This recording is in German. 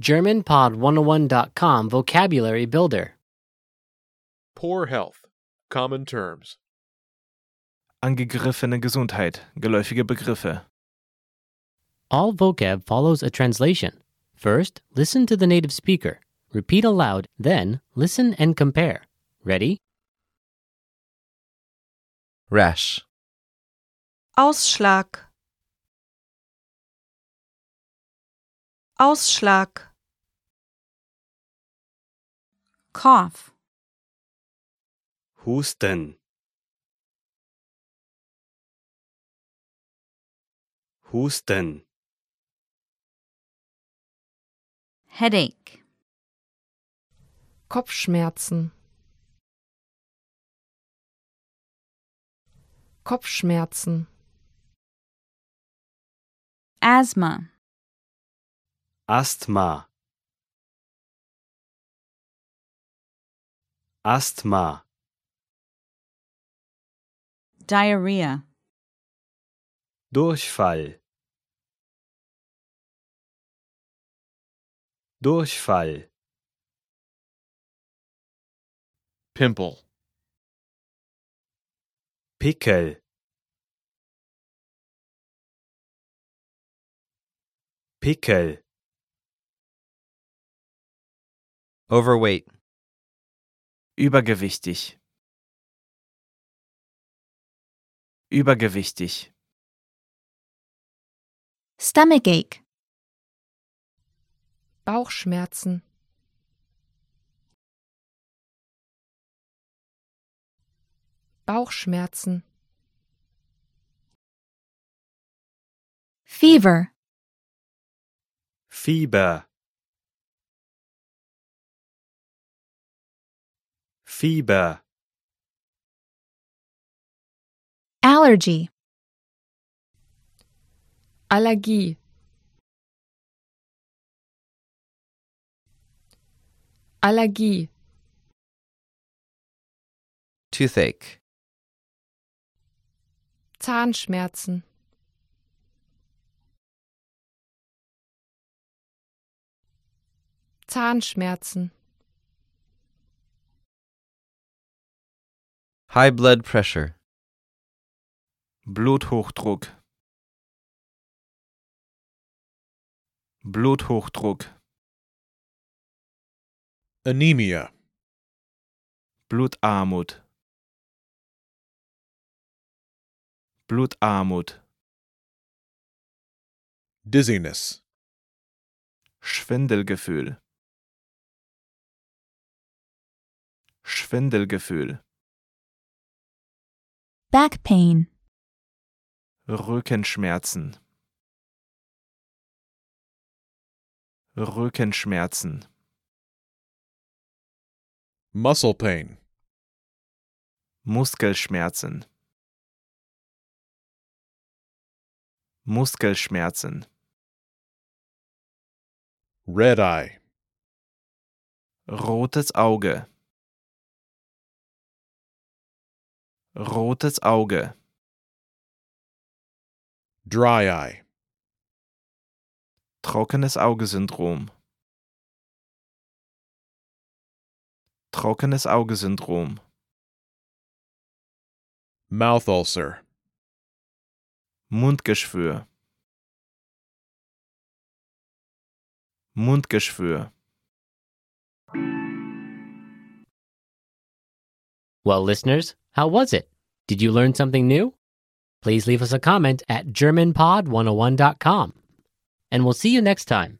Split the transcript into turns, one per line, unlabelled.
GermanPod101.com Vocabulary Builder.
Poor health. Common terms.
Angegriffene Gesundheit. Geläufige Begriffe.
All vocab follows a translation. First, listen to the native speaker. Repeat aloud, then, listen and compare. Ready?
rash,
Ausschlag Ausschlag Cough
Husten. Husten.
Headache
Kopfschmerzen. Kopfschmerzen.
Asthma
Asthma. Asthma.
Diarrhea
Durchfall. Durchfall.
Pimple.
Pickel. Pickel.
overweight,
Übergewichtig. Übergewichtig.
Stomachache
Bauchschmerzen. Bauchschmerzen.
Fever
Fieber. Fieber.
Allergy
Allergie. Allergie.
toothache,
Zahnschmerzen. Zahnschmerzen.
high blood pressure,
Bluthochdruck. Bluthochdruck.
Anemia.
Blutarmut. Blutarmut.
Dizziness.
Schwindelgefühl. Schwindelgefühl.
Back pain
Rückenschmerzen. Rückenschmerzen.
Muscle pain.
Muskelschmerzen. Muskelschmerzen.
Red eye.
Rotes Auge. Rotes Auge.
Dry eye.
Trockenes Augesyndrom. Trockenes Augesyndrom.
Mouth ulcer.
Mundgeschwür. Mundgeschwür.
Well, listeners, how was it? Did you learn something new? oh Please leave us a comment at GermanPod101.com. And we'll see you next time.